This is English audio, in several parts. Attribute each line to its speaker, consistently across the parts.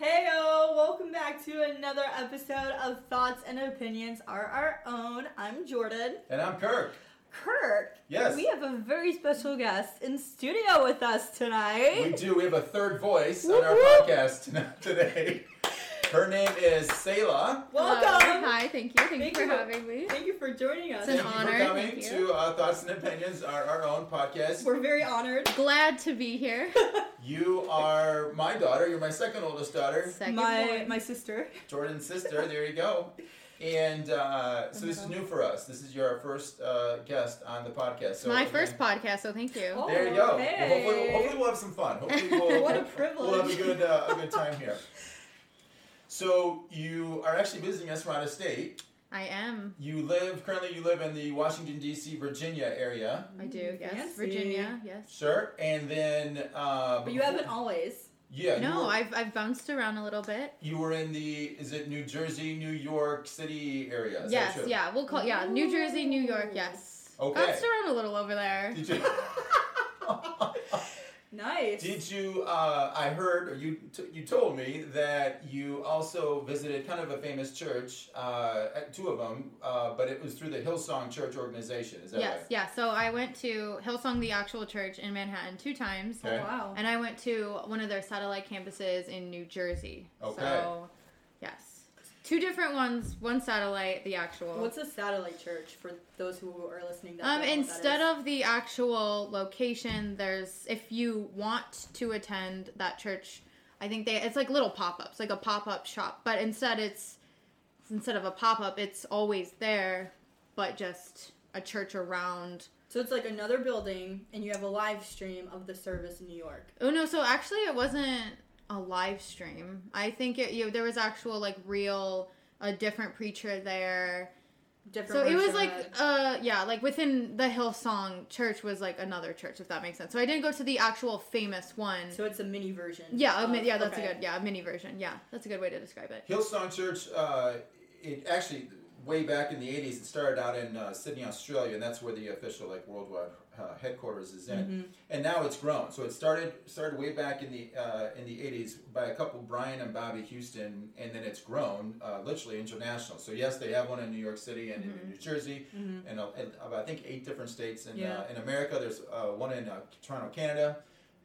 Speaker 1: Heyo! Welcome back to another episode of Thoughts and Opinions Are Our Own. I'm Jordan.
Speaker 2: And I'm Kirk.
Speaker 1: Kirk.
Speaker 2: Yes.
Speaker 1: We have a very special guest in studio with us tonight.
Speaker 2: We do. We have a third voice on our
Speaker 1: Woo-hoo.
Speaker 2: podcast tonight- today. Her name is Selah.
Speaker 1: Welcome.
Speaker 3: Hello. Hi, thank you. Thank,
Speaker 1: Thank
Speaker 3: you
Speaker 1: you.
Speaker 3: for having me.
Speaker 1: Thank you for joining us.
Speaker 3: It's an
Speaker 2: Thank
Speaker 3: honor.
Speaker 2: you for coming
Speaker 3: Thank you.
Speaker 2: to uh, Thoughts and Opinions, our, our own podcast.
Speaker 1: We're very honored.
Speaker 3: Glad to be here.
Speaker 2: You are my daughter. You're my second oldest daughter,
Speaker 3: Second
Speaker 1: my
Speaker 3: one.
Speaker 1: my sister.
Speaker 2: Jordan's sister. There you go. And uh, so this
Speaker 3: Uh-huh.
Speaker 2: is new for us. This is your first uh, guest on the podcast.
Speaker 3: It's
Speaker 2: So
Speaker 3: my
Speaker 2: again,
Speaker 3: first podcast, so thank you.
Speaker 1: Oh,
Speaker 2: There you go.
Speaker 1: hey.
Speaker 2: Well, hopefully, hopefully we'll have some fun. Hopefully we'll,
Speaker 1: What a
Speaker 2: We'll have
Speaker 1: privilege.
Speaker 2: a good, uh, a good time here. So you are actually visiting us from out of state.
Speaker 3: I am.
Speaker 2: You live currently. You live in the Washington D.C. Virginia area,
Speaker 3: I do, yes.
Speaker 1: Mm, Fancy.
Speaker 3: Virginia, yes.
Speaker 2: sure. And then, um,
Speaker 1: But you haven't always.
Speaker 2: Yeah. you
Speaker 3: no,
Speaker 2: were,
Speaker 3: I've, I've bounced around a little bit.
Speaker 2: You were in the is it New Jersey, New York City area? Is that
Speaker 3: yes,
Speaker 2: true?
Speaker 3: yeah. We'll call, yeah, New Jersey, New York,
Speaker 1: Ooh.
Speaker 3: yes.
Speaker 2: Okay.
Speaker 3: Bounced around a little over there.
Speaker 2: Did you? Oh
Speaker 1: Nice.
Speaker 2: Did you? Uh, I heard, or you t- you told me that you also visited kind of a famous church, uh, at- two of them, uh, but it was through the Hillsong Church organization. Is that
Speaker 3: Yes, yeah. So I went to Hillsong, the actual church in Manhattan, two times.
Speaker 1: Oh,
Speaker 2: Okay.
Speaker 1: wow.
Speaker 3: And I went to one of their satellite campuses in New Jersey.
Speaker 2: Okay.
Speaker 3: So, yes. Two different ones, one satellite, the actual.
Speaker 1: What's a satellite church for those who are listening? That
Speaker 3: um,
Speaker 1: don't know what that
Speaker 3: instead
Speaker 1: is?
Speaker 3: of the actual location, there's if you want to attend that church, I think they it's like little pop-ups, like a pop-up shop. But instead, it's instead of a pop-up, it's always there, but just a church around
Speaker 1: So it's like another building, and you have a live stream of the service in New York.
Speaker 3: Oh no! So actually, it wasn't a live stream. I think it. You there was actual like real a different preacher there.
Speaker 1: Different
Speaker 3: So it was
Speaker 1: version
Speaker 3: like
Speaker 1: of-
Speaker 3: uh yeah like within the Hillsong Church was like another church if that makes sense. So I didn't go to the actual famous one.
Speaker 1: so it's a mini version.
Speaker 3: yeah, a mi-
Speaker 1: of-
Speaker 3: yeah, that's
Speaker 1: okay.
Speaker 3: a good yeah a mini version. Yeah, that's a good way to describe it.
Speaker 2: Hillsong Church, uh, it actually way back in the '80s, it started out in uh, Sydney, Australia, and that's where the official like worldwide uh, headquarters is in.
Speaker 1: Mm-hmm.
Speaker 2: And now it's grown. So it started started way back in the uh, in the '80s by a couple Brian and Bobby Houston, and then it's grown uh, literally international. So yes, they have one in New York City and
Speaker 1: Mm-hmm.
Speaker 2: in New Jersey, and, uh, and about, I think eight different states in
Speaker 1: Yeah.
Speaker 2: uh, in America. There's uh, one in uh, Toronto, Canada.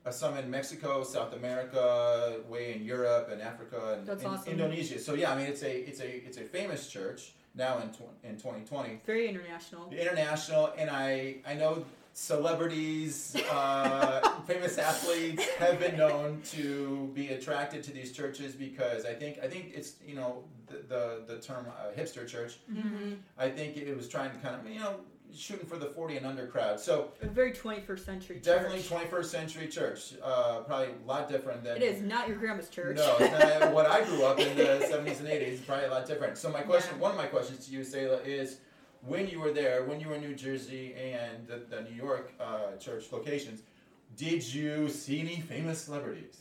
Speaker 2: uh, Some in Mexico, South America, way in Europe and Africa and,
Speaker 1: That's
Speaker 2: and
Speaker 1: awesome.
Speaker 2: Indonesia. So yeah, I mean it's a it's a it's a famous church now in tw- in 2020,
Speaker 1: Very international.
Speaker 2: international, and I I know celebrities, uh, famous athletes have been known to be attracted to these churches because I think I think it's you know the the, the term uh, hipster church.
Speaker 3: Mm-hmm.
Speaker 1: hmm
Speaker 2: I think it was trying to kind of you know shooting for the 40 and under crowd. So
Speaker 1: A very 21st century.
Speaker 2: definitely
Speaker 1: church.
Speaker 2: 21st century church, uh, probably a lot different than
Speaker 1: It is not your grandma's church.
Speaker 2: no, it's not what I grew up in the 70s and 80s is probably a lot different. So my question,
Speaker 3: Yeah.
Speaker 2: one of my questions to you, Selah, is when you were there, when you were in New Jersey and the, the New York uh, church locations, did you see any famous celebrities?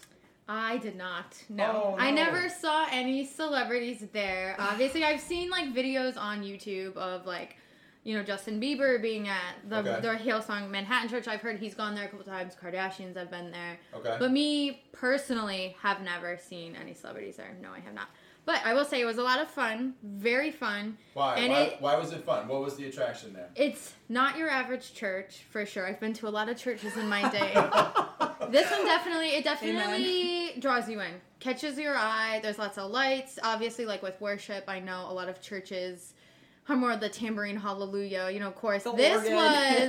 Speaker 3: I did not.
Speaker 2: Oh,
Speaker 3: No. I
Speaker 2: no.
Speaker 3: never saw any celebrities there. Obviously, I've seen like videos on YouTube of like, you know, Justin Bieber being at the
Speaker 2: Okay.
Speaker 3: the Hillsong Manhattan Church. I've heard he's gone there a couple times. Kardashians have been there.
Speaker 2: Okay.
Speaker 3: But me personally have never seen any celebrities there. No, I have not. But I will say it was a lot of fun. Very fun.
Speaker 2: Why?
Speaker 3: And
Speaker 2: Why,
Speaker 3: it-
Speaker 2: why was it fun? What was the attraction there?
Speaker 3: It's not your average church for sure. I've been to a lot of churches in my day. this one definitely, it definitely draws you in, catches your eye. There's lots of lights. Obviously, like with worship, I know a lot of churches are more the tambourine hallelujah, you know, chorus.
Speaker 1: The
Speaker 3: this
Speaker 1: organ.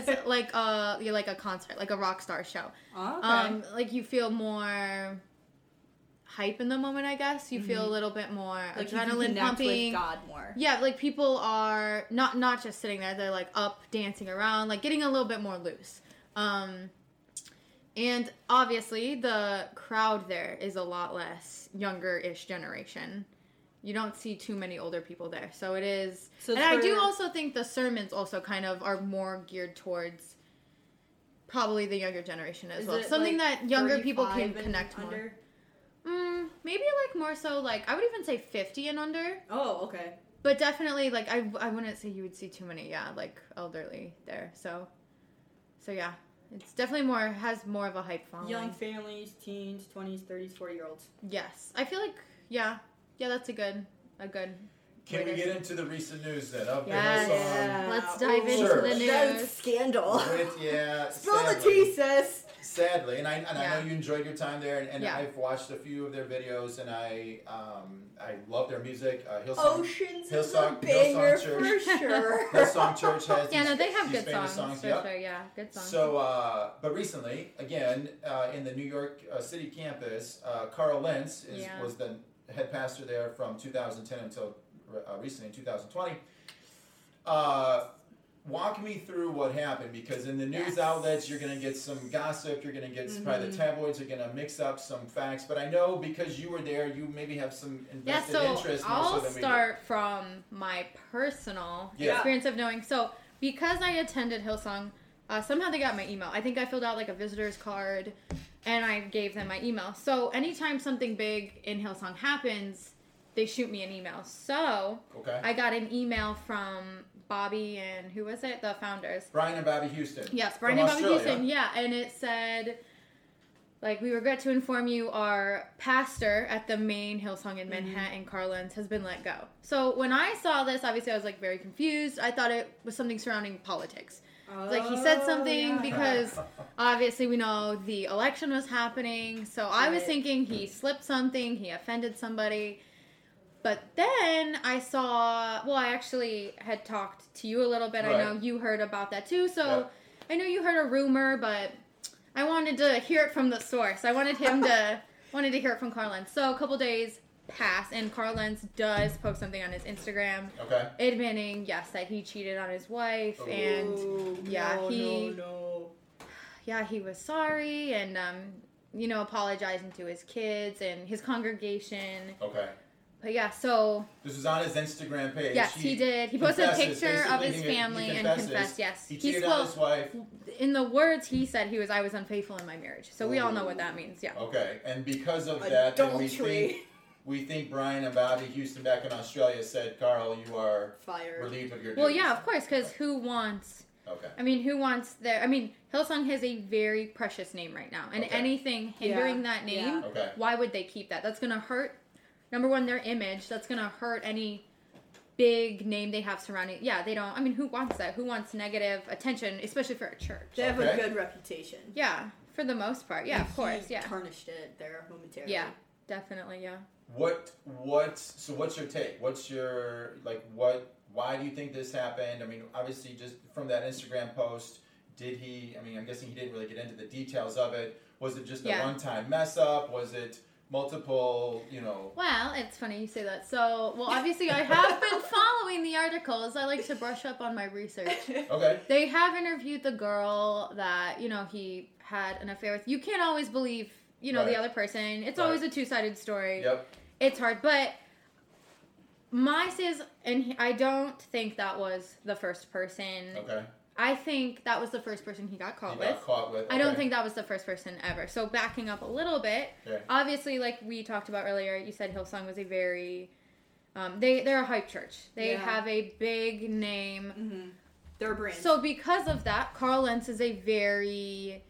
Speaker 3: was like a you're like a concert, like a rock star show.
Speaker 1: Oh, okay.
Speaker 3: Um, like you feel more hype in the moment, I guess. You feel a little bit more
Speaker 1: Mm-hmm. like you can
Speaker 3: adrenaline
Speaker 1: connect
Speaker 3: pumping.
Speaker 1: With God more.
Speaker 3: Yeah, like people are not not just sitting there; they're like up, dancing around, like getting a little bit more loose. Um, and obviously, the crowd there is a lot less younger-ish generation. You don't see too many older people there, so it is.
Speaker 1: So
Speaker 3: and I do
Speaker 1: for-
Speaker 3: also think the sermons also kind of are more geared towards probably the younger generation as
Speaker 1: Is
Speaker 3: well.
Speaker 1: it,
Speaker 3: Something
Speaker 1: like,
Speaker 3: that younger people
Speaker 1: 35
Speaker 3: can
Speaker 1: and
Speaker 3: connect more.
Speaker 1: under?
Speaker 3: Mm, maybe like more so like I would even say fifty and under.
Speaker 1: Oh, okay.
Speaker 3: But definitely, like I, I wouldn't say you would see too many, yeah, like elderly there. So, so yeah, It's definitely more has more of a hype following.
Speaker 1: Young families, teens, 20s, 30s, 40 year olds.
Speaker 3: Yes, I feel like yeah, yeah. That's a good, a good.
Speaker 2: Can
Speaker 3: way
Speaker 2: we
Speaker 3: to-
Speaker 2: get into the recent news then? Of
Speaker 3: Yes.
Speaker 2: Benno
Speaker 3: Let's dive into
Speaker 2: Sure.
Speaker 3: the
Speaker 1: That's
Speaker 3: news.
Speaker 1: Scandal.
Speaker 2: song? With, yeah.
Speaker 1: Spill the
Speaker 2: sadly.
Speaker 1: tea, sis.
Speaker 2: Sadly, and I and I
Speaker 3: Yeah.
Speaker 2: know you enjoyed your time there, and, and
Speaker 3: Yeah.
Speaker 2: I've watched a few of their videos, and I um I love their music. Uh, Hillsong,
Speaker 1: Oceans is a
Speaker 2: Hillsong-
Speaker 1: banger
Speaker 2: Hillsong
Speaker 1: for
Speaker 2: Church.
Speaker 1: sure.
Speaker 2: Hillsong Church has
Speaker 3: Yeah,
Speaker 2: these,
Speaker 3: no, they have
Speaker 2: these
Speaker 3: good
Speaker 2: famous
Speaker 3: songs,
Speaker 2: songs.
Speaker 3: for
Speaker 2: yep.
Speaker 3: sure. Yeah, good songs.
Speaker 2: So, uh, but recently, again, uh, in the New York uh, City campus, uh, Carl Lentz is,
Speaker 3: Yeah.
Speaker 2: was the head pastor there from 2010 until uh, recently in 2020. Uh, walk me through what happened because in the news
Speaker 3: Yes. Mm-hmm.
Speaker 2: outlets, you're going to get some gossip, you're going to get probably the tabloids are going to mix up some facts. But I know because you were there, you maybe have some
Speaker 3: yeah,
Speaker 2: invested
Speaker 3: so
Speaker 2: interest. more
Speaker 3: I'll
Speaker 2: so than we do.
Speaker 3: start from my personal
Speaker 2: Yeah.
Speaker 3: experience of knowing. So because I attended Hillsong, uh, somehow they got my email. I think I filled out like a visitor's card, and I gave them my email. So anytime something big in Hillsong happens, they shoot me an email. So
Speaker 2: Okay.
Speaker 3: I got an email from Bobby and who was it? The founders.
Speaker 2: Brian and Bobby Houston.
Speaker 3: Yes, Brian
Speaker 2: From
Speaker 3: and Bobby
Speaker 2: Australia.
Speaker 3: Houston. Yeah, and it said, like, we regret to inform you our pastor at the main Hillsong in Manhattan, Carl Lentz, has been let go. So when I saw this, obviously I was like very confused. I thought it was something surrounding politics. It's Like he said
Speaker 1: Oh,
Speaker 3: something
Speaker 1: yeah.
Speaker 3: because obviously we know the election was happening. So I was
Speaker 1: Right.
Speaker 3: thinking he slipped something, he offended somebody. But then I saw, well, I actually had talked to you a little bit. I
Speaker 2: Right.
Speaker 3: know you heard about that too. So
Speaker 2: Yeah.
Speaker 3: I know you heard a rumor, but I wanted to hear it from the source. I wanted him to wanted to hear it from Carl Lentz. So a couple days pass, and Carl Lentz does post something on his Instagram
Speaker 2: Okay.
Speaker 3: admitting, yes, that he cheated on his wife,
Speaker 2: Oh.
Speaker 3: and
Speaker 1: Ooh,
Speaker 3: yeah,
Speaker 1: no,
Speaker 3: he-
Speaker 1: no, no.
Speaker 3: yeah, he was sorry, and um, you know, apologizing to his kids and his congregation.
Speaker 2: Okay.
Speaker 3: But yeah, so
Speaker 2: This was on his Instagram page.
Speaker 3: Yes, he, did. He posted a
Speaker 2: confesses,
Speaker 3: picture of
Speaker 2: basically,
Speaker 3: his
Speaker 2: he- he
Speaker 3: family and
Speaker 2: confesses.
Speaker 3: confessed. Yes,
Speaker 2: He
Speaker 3: He's-
Speaker 2: cheated
Speaker 3: well,
Speaker 2: on his wife.
Speaker 3: in the words he said, he was I was unfaithful in my marriage. So we all know what
Speaker 2: Oh.
Speaker 3: that means. Yeah.
Speaker 2: Okay, and because of that, then we think
Speaker 1: Adultery.
Speaker 2: we think Brian and Bobby Houston back in Australia said, "Carl, you are
Speaker 1: Fire.
Speaker 2: relieved of your duties."
Speaker 3: Well, yeah, of course, because who wants?
Speaker 2: Okay.
Speaker 3: I mean, who wants their? I mean, Hillsong has a very precious name right now, and
Speaker 2: Okay.
Speaker 3: anything hindering
Speaker 1: Yeah,
Speaker 3: that name,
Speaker 1: yeah.
Speaker 2: Okay.
Speaker 3: why would they keep that? That's gonna hurt. Number one, their image. That's gonna hurt any big name they have surrounding. Yeah, they don't. I mean, who wants that? Who wants negative attention, especially for a church?
Speaker 1: They have
Speaker 2: Okay.
Speaker 1: a good reputation.
Speaker 3: Yeah, for the most part. Yeah,
Speaker 1: And
Speaker 3: of course.
Speaker 1: he
Speaker 3: Yeah.
Speaker 1: Tarnished it there momentarily.
Speaker 3: Yeah, definitely. Yeah.
Speaker 2: What? What? So, what's your take? What's your like? What? Why do you think this happened? I mean, obviously, just from that Instagram post, did he? I mean, I'm guessing he didn't really get into the details of it. Was it just a
Speaker 3: Yeah.
Speaker 2: one-time mess up? Was it multiple? You know.
Speaker 3: Well, it's funny you say that. So, well, obviously, I have been following the articles. I like to brush up on my research.
Speaker 1: Mm-hmm.
Speaker 2: Okay.
Speaker 3: They have interviewed the girl that, you know, he had an affair with. You can't always believe, you know,
Speaker 2: Right.
Speaker 3: the other person. It's
Speaker 2: Right.
Speaker 3: always a two sided story.
Speaker 2: Yep.
Speaker 3: It's hard. But my says, and he, I don't think that was the first person.
Speaker 2: Okay.
Speaker 3: I think that was the first person he got caught
Speaker 2: He
Speaker 3: with.
Speaker 2: got caught with.
Speaker 3: I don't
Speaker 2: okay.
Speaker 3: think that was the first person ever. So backing up a little bit,
Speaker 2: Okay.
Speaker 3: obviously, like we talked about earlier, you said Hillsong was a very, um, they they're a hype church. They
Speaker 1: Yeah.
Speaker 3: have a big name.
Speaker 1: Mm-hmm. Their brand.
Speaker 3: So because of that, Carl Lentz is a very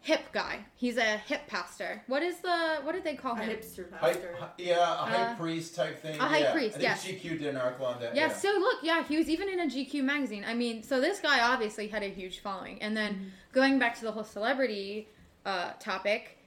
Speaker 3: hip guy. He's a hip pastor. What is the what did they call
Speaker 1: a
Speaker 3: him?
Speaker 1: hipster
Speaker 2: High,
Speaker 1: pastor.
Speaker 2: yeah, a high
Speaker 3: Uh,
Speaker 2: priest type thing.
Speaker 3: a high
Speaker 2: yeah.
Speaker 3: priest,
Speaker 2: I think
Speaker 3: yeah.
Speaker 2: GQ did an article on that.
Speaker 3: Yeah,
Speaker 2: Yeah.
Speaker 3: so look, yeah, he was even in a GQ magazine. I mean, so this guy obviously had a huge following. And then
Speaker 1: Mm-hmm.
Speaker 3: going back to the whole celebrity uh, topic,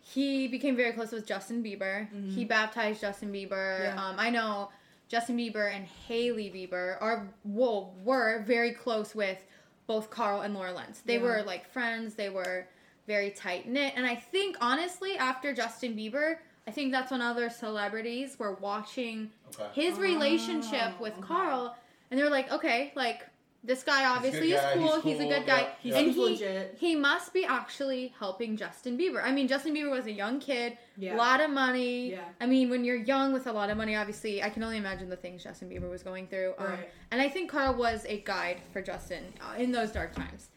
Speaker 3: he became very close with Justin Bieber. He baptized Justin Bieber.
Speaker 1: Mm-hmm. Yeah.
Speaker 3: Um, I know Justin Bieber and Haley Bieber are well, were very close with both Carl and Laura Lentz. They
Speaker 1: Yeah.
Speaker 3: were like friends. They were very tight knit. And I think honestly, after Justin Bieber, I think that's when other celebrities were watching
Speaker 2: Okay.
Speaker 3: his relationship
Speaker 1: Oh,
Speaker 3: with
Speaker 1: okay.
Speaker 3: Carl, and they were like, okay, like this guy obviously
Speaker 2: good guy,
Speaker 3: is cool.
Speaker 2: he's
Speaker 3: He's, a
Speaker 2: cool,
Speaker 3: good guy,
Speaker 2: yeah, yeah.
Speaker 3: and
Speaker 1: Seems
Speaker 3: he
Speaker 1: legit.
Speaker 3: he must be actually helping Justin Bieber. I mean, Justin Bieber was a young kid, a
Speaker 1: Yeah.
Speaker 3: lot of money.
Speaker 1: Yeah.
Speaker 3: I mean, when you're young with a lot of money, obviously, I can only imagine the things Justin Bieber was going through. Um,
Speaker 1: Right.
Speaker 3: And I think Carl was a guide for Justin uh, in those dark times.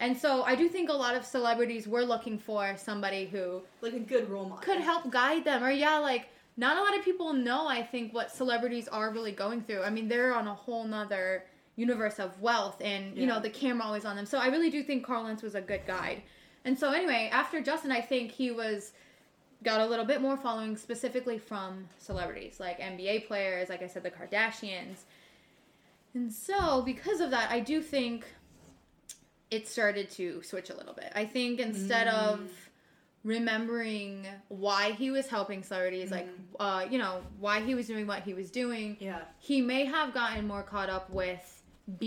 Speaker 3: And so I do think a lot of celebrities were looking for somebody who
Speaker 1: Like a good role model.
Speaker 3: could help guide them or yeah like not a lot of people know i think what celebrities are really going through i mean they're on a whole nother universe of wealth and you
Speaker 1: Yeah.
Speaker 3: know the camera always on them. So I really do think Carl Lentz was a good guide. And so anyway, after Justin, I think he was got a little bit more following specifically from celebrities like NBA players, like I said, the Kardashians. And so because of that, I do think it started to switch a little bit. I think instead of remembering why he was helping celebrities, like uh, you know, why he was doing what he was doing,
Speaker 1: Yeah.
Speaker 3: he may have gotten more caught up with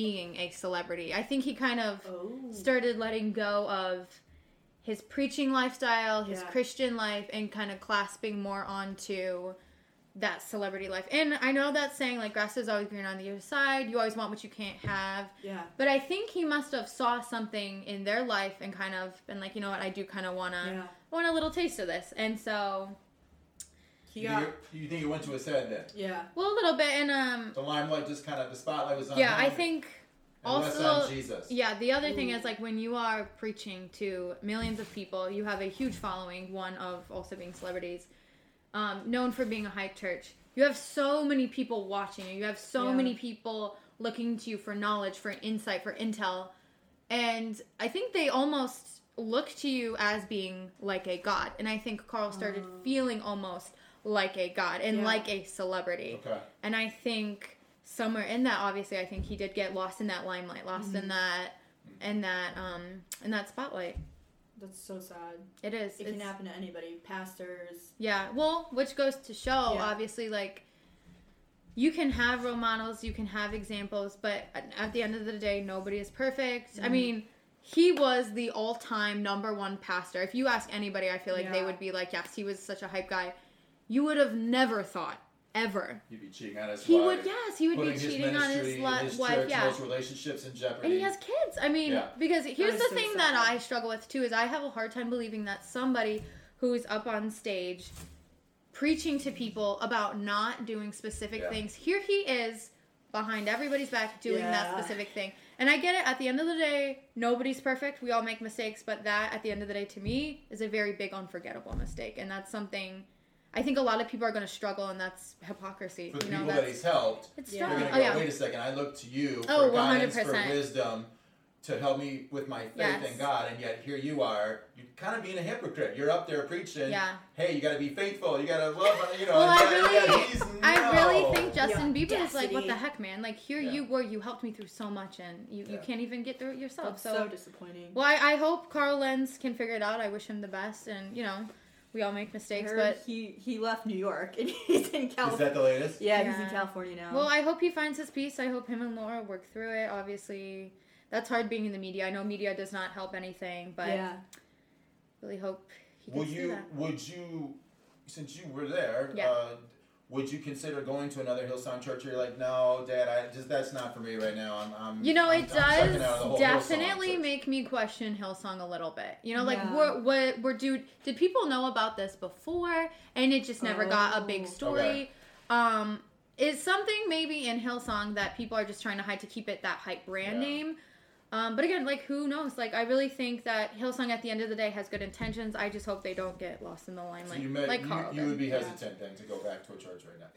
Speaker 3: being a celebrity. I think he kind of
Speaker 1: Oh.
Speaker 3: started letting go of his preaching lifestyle, his
Speaker 1: Yeah.
Speaker 3: Christian life, and kind of clasping more onto that celebrity life. And I know that saying like grass is always green on the other side, you always want what you can't have.
Speaker 1: Yeah.
Speaker 3: But I think he must have saw something in their life and kind of been like, you know what, I do kind of wanna
Speaker 1: Yeah.
Speaker 3: want a little taste of this. And so,
Speaker 1: He
Speaker 2: You,
Speaker 1: got.
Speaker 2: think it, you think it went to his head then?
Speaker 1: Yeah.
Speaker 3: well, a little bit. And um,
Speaker 2: The limelight just kind of the spotlight was on
Speaker 3: yeah,
Speaker 2: him,
Speaker 3: I think
Speaker 2: and less on
Speaker 3: also-
Speaker 2: Jesus.
Speaker 3: yeah. The other thing
Speaker 1: Ooh.
Speaker 3: is like when you are preaching to millions of people, you have a huge following. One of also being celebrities, um, known for being a hype church. You have so many people watching you. You have so
Speaker 1: Yeah.
Speaker 3: many people looking to you for knowledge, for insight, for intel. And I think they almost look to you as being like a god. And I think Carl started feeling almost like a god and
Speaker 1: Oh. Yeah.
Speaker 3: like a celebrity.
Speaker 2: Okay.
Speaker 3: And I think somewhere in that, obviously, I think he did get lost in that limelight, lost
Speaker 1: Mm-hmm.
Speaker 3: in that, in that, um, in that spotlight.
Speaker 1: That's so sad.
Speaker 3: It is.
Speaker 1: It can
Speaker 3: it's-
Speaker 1: happen to anybody. Pastors.
Speaker 3: yeah. Well, which goes to show,
Speaker 1: Yeah.
Speaker 3: obviously, like you can have role models, you can have examples, but at- at the end of the day, nobody is perfect.
Speaker 1: Mm-hmm.
Speaker 3: I mean. He was the all-time number one pastor. If you ask anybody, I feel like they
Speaker 1: Yeah.
Speaker 3: would be like, "Yes, he was such a hype guy." You would have never thought ever
Speaker 2: He'd be cheating on his
Speaker 3: he
Speaker 2: wife.
Speaker 3: would, yes, he would
Speaker 2: putting
Speaker 3: be cheating on his,
Speaker 2: ministry,
Speaker 3: li-
Speaker 2: his
Speaker 3: wife,
Speaker 2: church,
Speaker 3: yeah.
Speaker 2: those relationships in jeopardy.
Speaker 3: And he has kids. I mean,
Speaker 2: Yeah.
Speaker 3: because here's
Speaker 1: is
Speaker 3: the
Speaker 1: so
Speaker 3: thing
Speaker 1: sad.
Speaker 3: that I struggle with too is I have a hard time believing that somebody who's up on stage preaching to people about not doing specific
Speaker 2: Yeah.
Speaker 3: things. Here he is behind everybody's back doing that
Speaker 1: Yeah.
Speaker 3: specific thing. And I get it. At the end of the day, nobody's perfect. We all make mistakes, but that at the end of the day to me is a very big unforgettable mistake. And that's something I think a lot of people are going to struggle and that's hypocrisy.
Speaker 2: For the
Speaker 3: you know,
Speaker 2: people that
Speaker 3: that's
Speaker 2: he's helped,
Speaker 3: it's
Speaker 1: Yeah.
Speaker 2: they're going
Speaker 3: struggle.
Speaker 2: to
Speaker 3: Oh
Speaker 2: go,
Speaker 3: yeah.
Speaker 2: wait a second, I look to you
Speaker 3: Oh,
Speaker 2: for guidance, for
Speaker 3: 100%.
Speaker 2: wisdom, to help me with my faith
Speaker 3: Yes.
Speaker 2: in God, and yet here you are, you're kind of being a hypocrite. You're up there preaching,
Speaker 3: Yeah.
Speaker 2: hey, you got to be faithful, you got to love, you know.
Speaker 3: Well,
Speaker 2: and yet-
Speaker 3: I really-
Speaker 2: yet he's,
Speaker 3: I
Speaker 2: no.
Speaker 3: really think Justin
Speaker 1: The
Speaker 3: Bieber is like, what the
Speaker 1: audacity.
Speaker 3: heck, man? Like, here
Speaker 2: Yeah.
Speaker 3: you were, you helped me through so much, and you, you
Speaker 2: Yeah.
Speaker 3: can't even get through it yourself.
Speaker 1: That's
Speaker 3: Oh, So,
Speaker 1: so disappointing.
Speaker 3: well, I, I hope Carl Lenz can figure it out. I wish him the best, and you know, we all make
Speaker 1: I
Speaker 3: mistakes,
Speaker 1: heard
Speaker 3: but
Speaker 1: he he left New York and he's in
Speaker 3: Oh.
Speaker 2: Is
Speaker 1: California.
Speaker 2: that the latest?
Speaker 1: Yeah, he's in
Speaker 3: Yeah.
Speaker 1: California now.
Speaker 3: well, I hope he finds his peace. I hope him and Laura work through it. Obviously, that's hard being in the media. I know media does not help anything, but
Speaker 1: yeah,
Speaker 3: really hope he can
Speaker 2: Would
Speaker 3: see
Speaker 2: you,
Speaker 3: that.
Speaker 2: would you, since you were there,
Speaker 3: Yeah.
Speaker 2: uh, would you consider going to another Hillsong church? Or you're like, no, Dad, I just that's not for me right now. I'm, I'm
Speaker 3: You know,
Speaker 2: I'm-
Speaker 3: it
Speaker 2: I'm checking out of the whole
Speaker 3: does
Speaker 2: Hillsong
Speaker 3: definitely
Speaker 2: church."
Speaker 3: make me question Hillsong a little bit. You know, like
Speaker 1: Yeah.
Speaker 3: what what were dude did people know about this before and it just never got a
Speaker 1: Oh.
Speaker 3: big story.
Speaker 2: Okay.
Speaker 3: Um is something maybe in Hillsong that people are just trying to hide to keep it that hype brand
Speaker 2: Yeah.
Speaker 3: name. Um, but again, like who knows? Like I really think that Hillsong at the end of the day has good intentions. I just hope they don't get lost in the
Speaker 2: So
Speaker 3: limelight,
Speaker 2: you, may,
Speaker 3: like
Speaker 2: you,
Speaker 3: Carl
Speaker 2: you
Speaker 3: did.
Speaker 2: would be
Speaker 1: Yeah.
Speaker 2: hesitant then to go back to a church right now.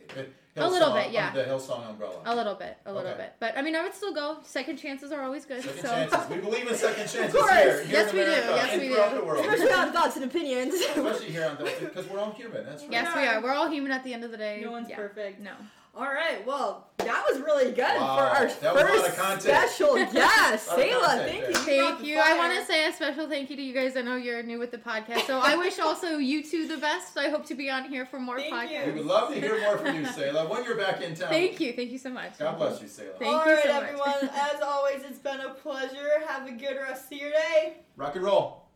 Speaker 3: A little
Speaker 2: Hillsong-
Speaker 3: bit, yeah.
Speaker 2: The Hillsong umbrella.
Speaker 3: a little bit, a little
Speaker 2: Okay.
Speaker 3: bit. But I mean, I would still go. Second chances are always good.
Speaker 2: Second
Speaker 3: so
Speaker 2: chances. We believe in second chances
Speaker 1: course.
Speaker 2: here. here in
Speaker 3: Yes, we do.
Speaker 2: America
Speaker 3: Yes,
Speaker 2: and
Speaker 3: we
Speaker 2: throughout
Speaker 3: do.
Speaker 2: The world.
Speaker 1: especially on thoughts and opinions.
Speaker 2: Especially here on because we're all human. That's right.
Speaker 3: yes, we are. We're all human at the end of the day.
Speaker 1: no one's
Speaker 3: Yeah.
Speaker 1: perfect.
Speaker 3: No.
Speaker 1: All right. Well, that was really good
Speaker 2: Wow,
Speaker 1: for our
Speaker 2: that was a lot of
Speaker 1: first
Speaker 2: content.
Speaker 1: special. Yes,
Speaker 2: A lot of
Speaker 1: Sayla,
Speaker 2: content
Speaker 1: thank you.
Speaker 2: there.
Speaker 1: you.
Speaker 3: Thank you. I want to say a special thank you to you guys. I know you're new with the podcast, so I wish also you two the best. I hope to be on here for more
Speaker 1: Thank
Speaker 3: podcasts.
Speaker 2: We would love to hear more from you, Sayla, when you're back in town.
Speaker 3: Thank you. Thank you so much.
Speaker 2: God bless you, Sayla.
Speaker 3: Thank
Speaker 1: All
Speaker 3: you
Speaker 1: right,
Speaker 3: so much.
Speaker 1: everyone. As always, it's been a pleasure. Have a good rest of your day.
Speaker 2: Rock and roll.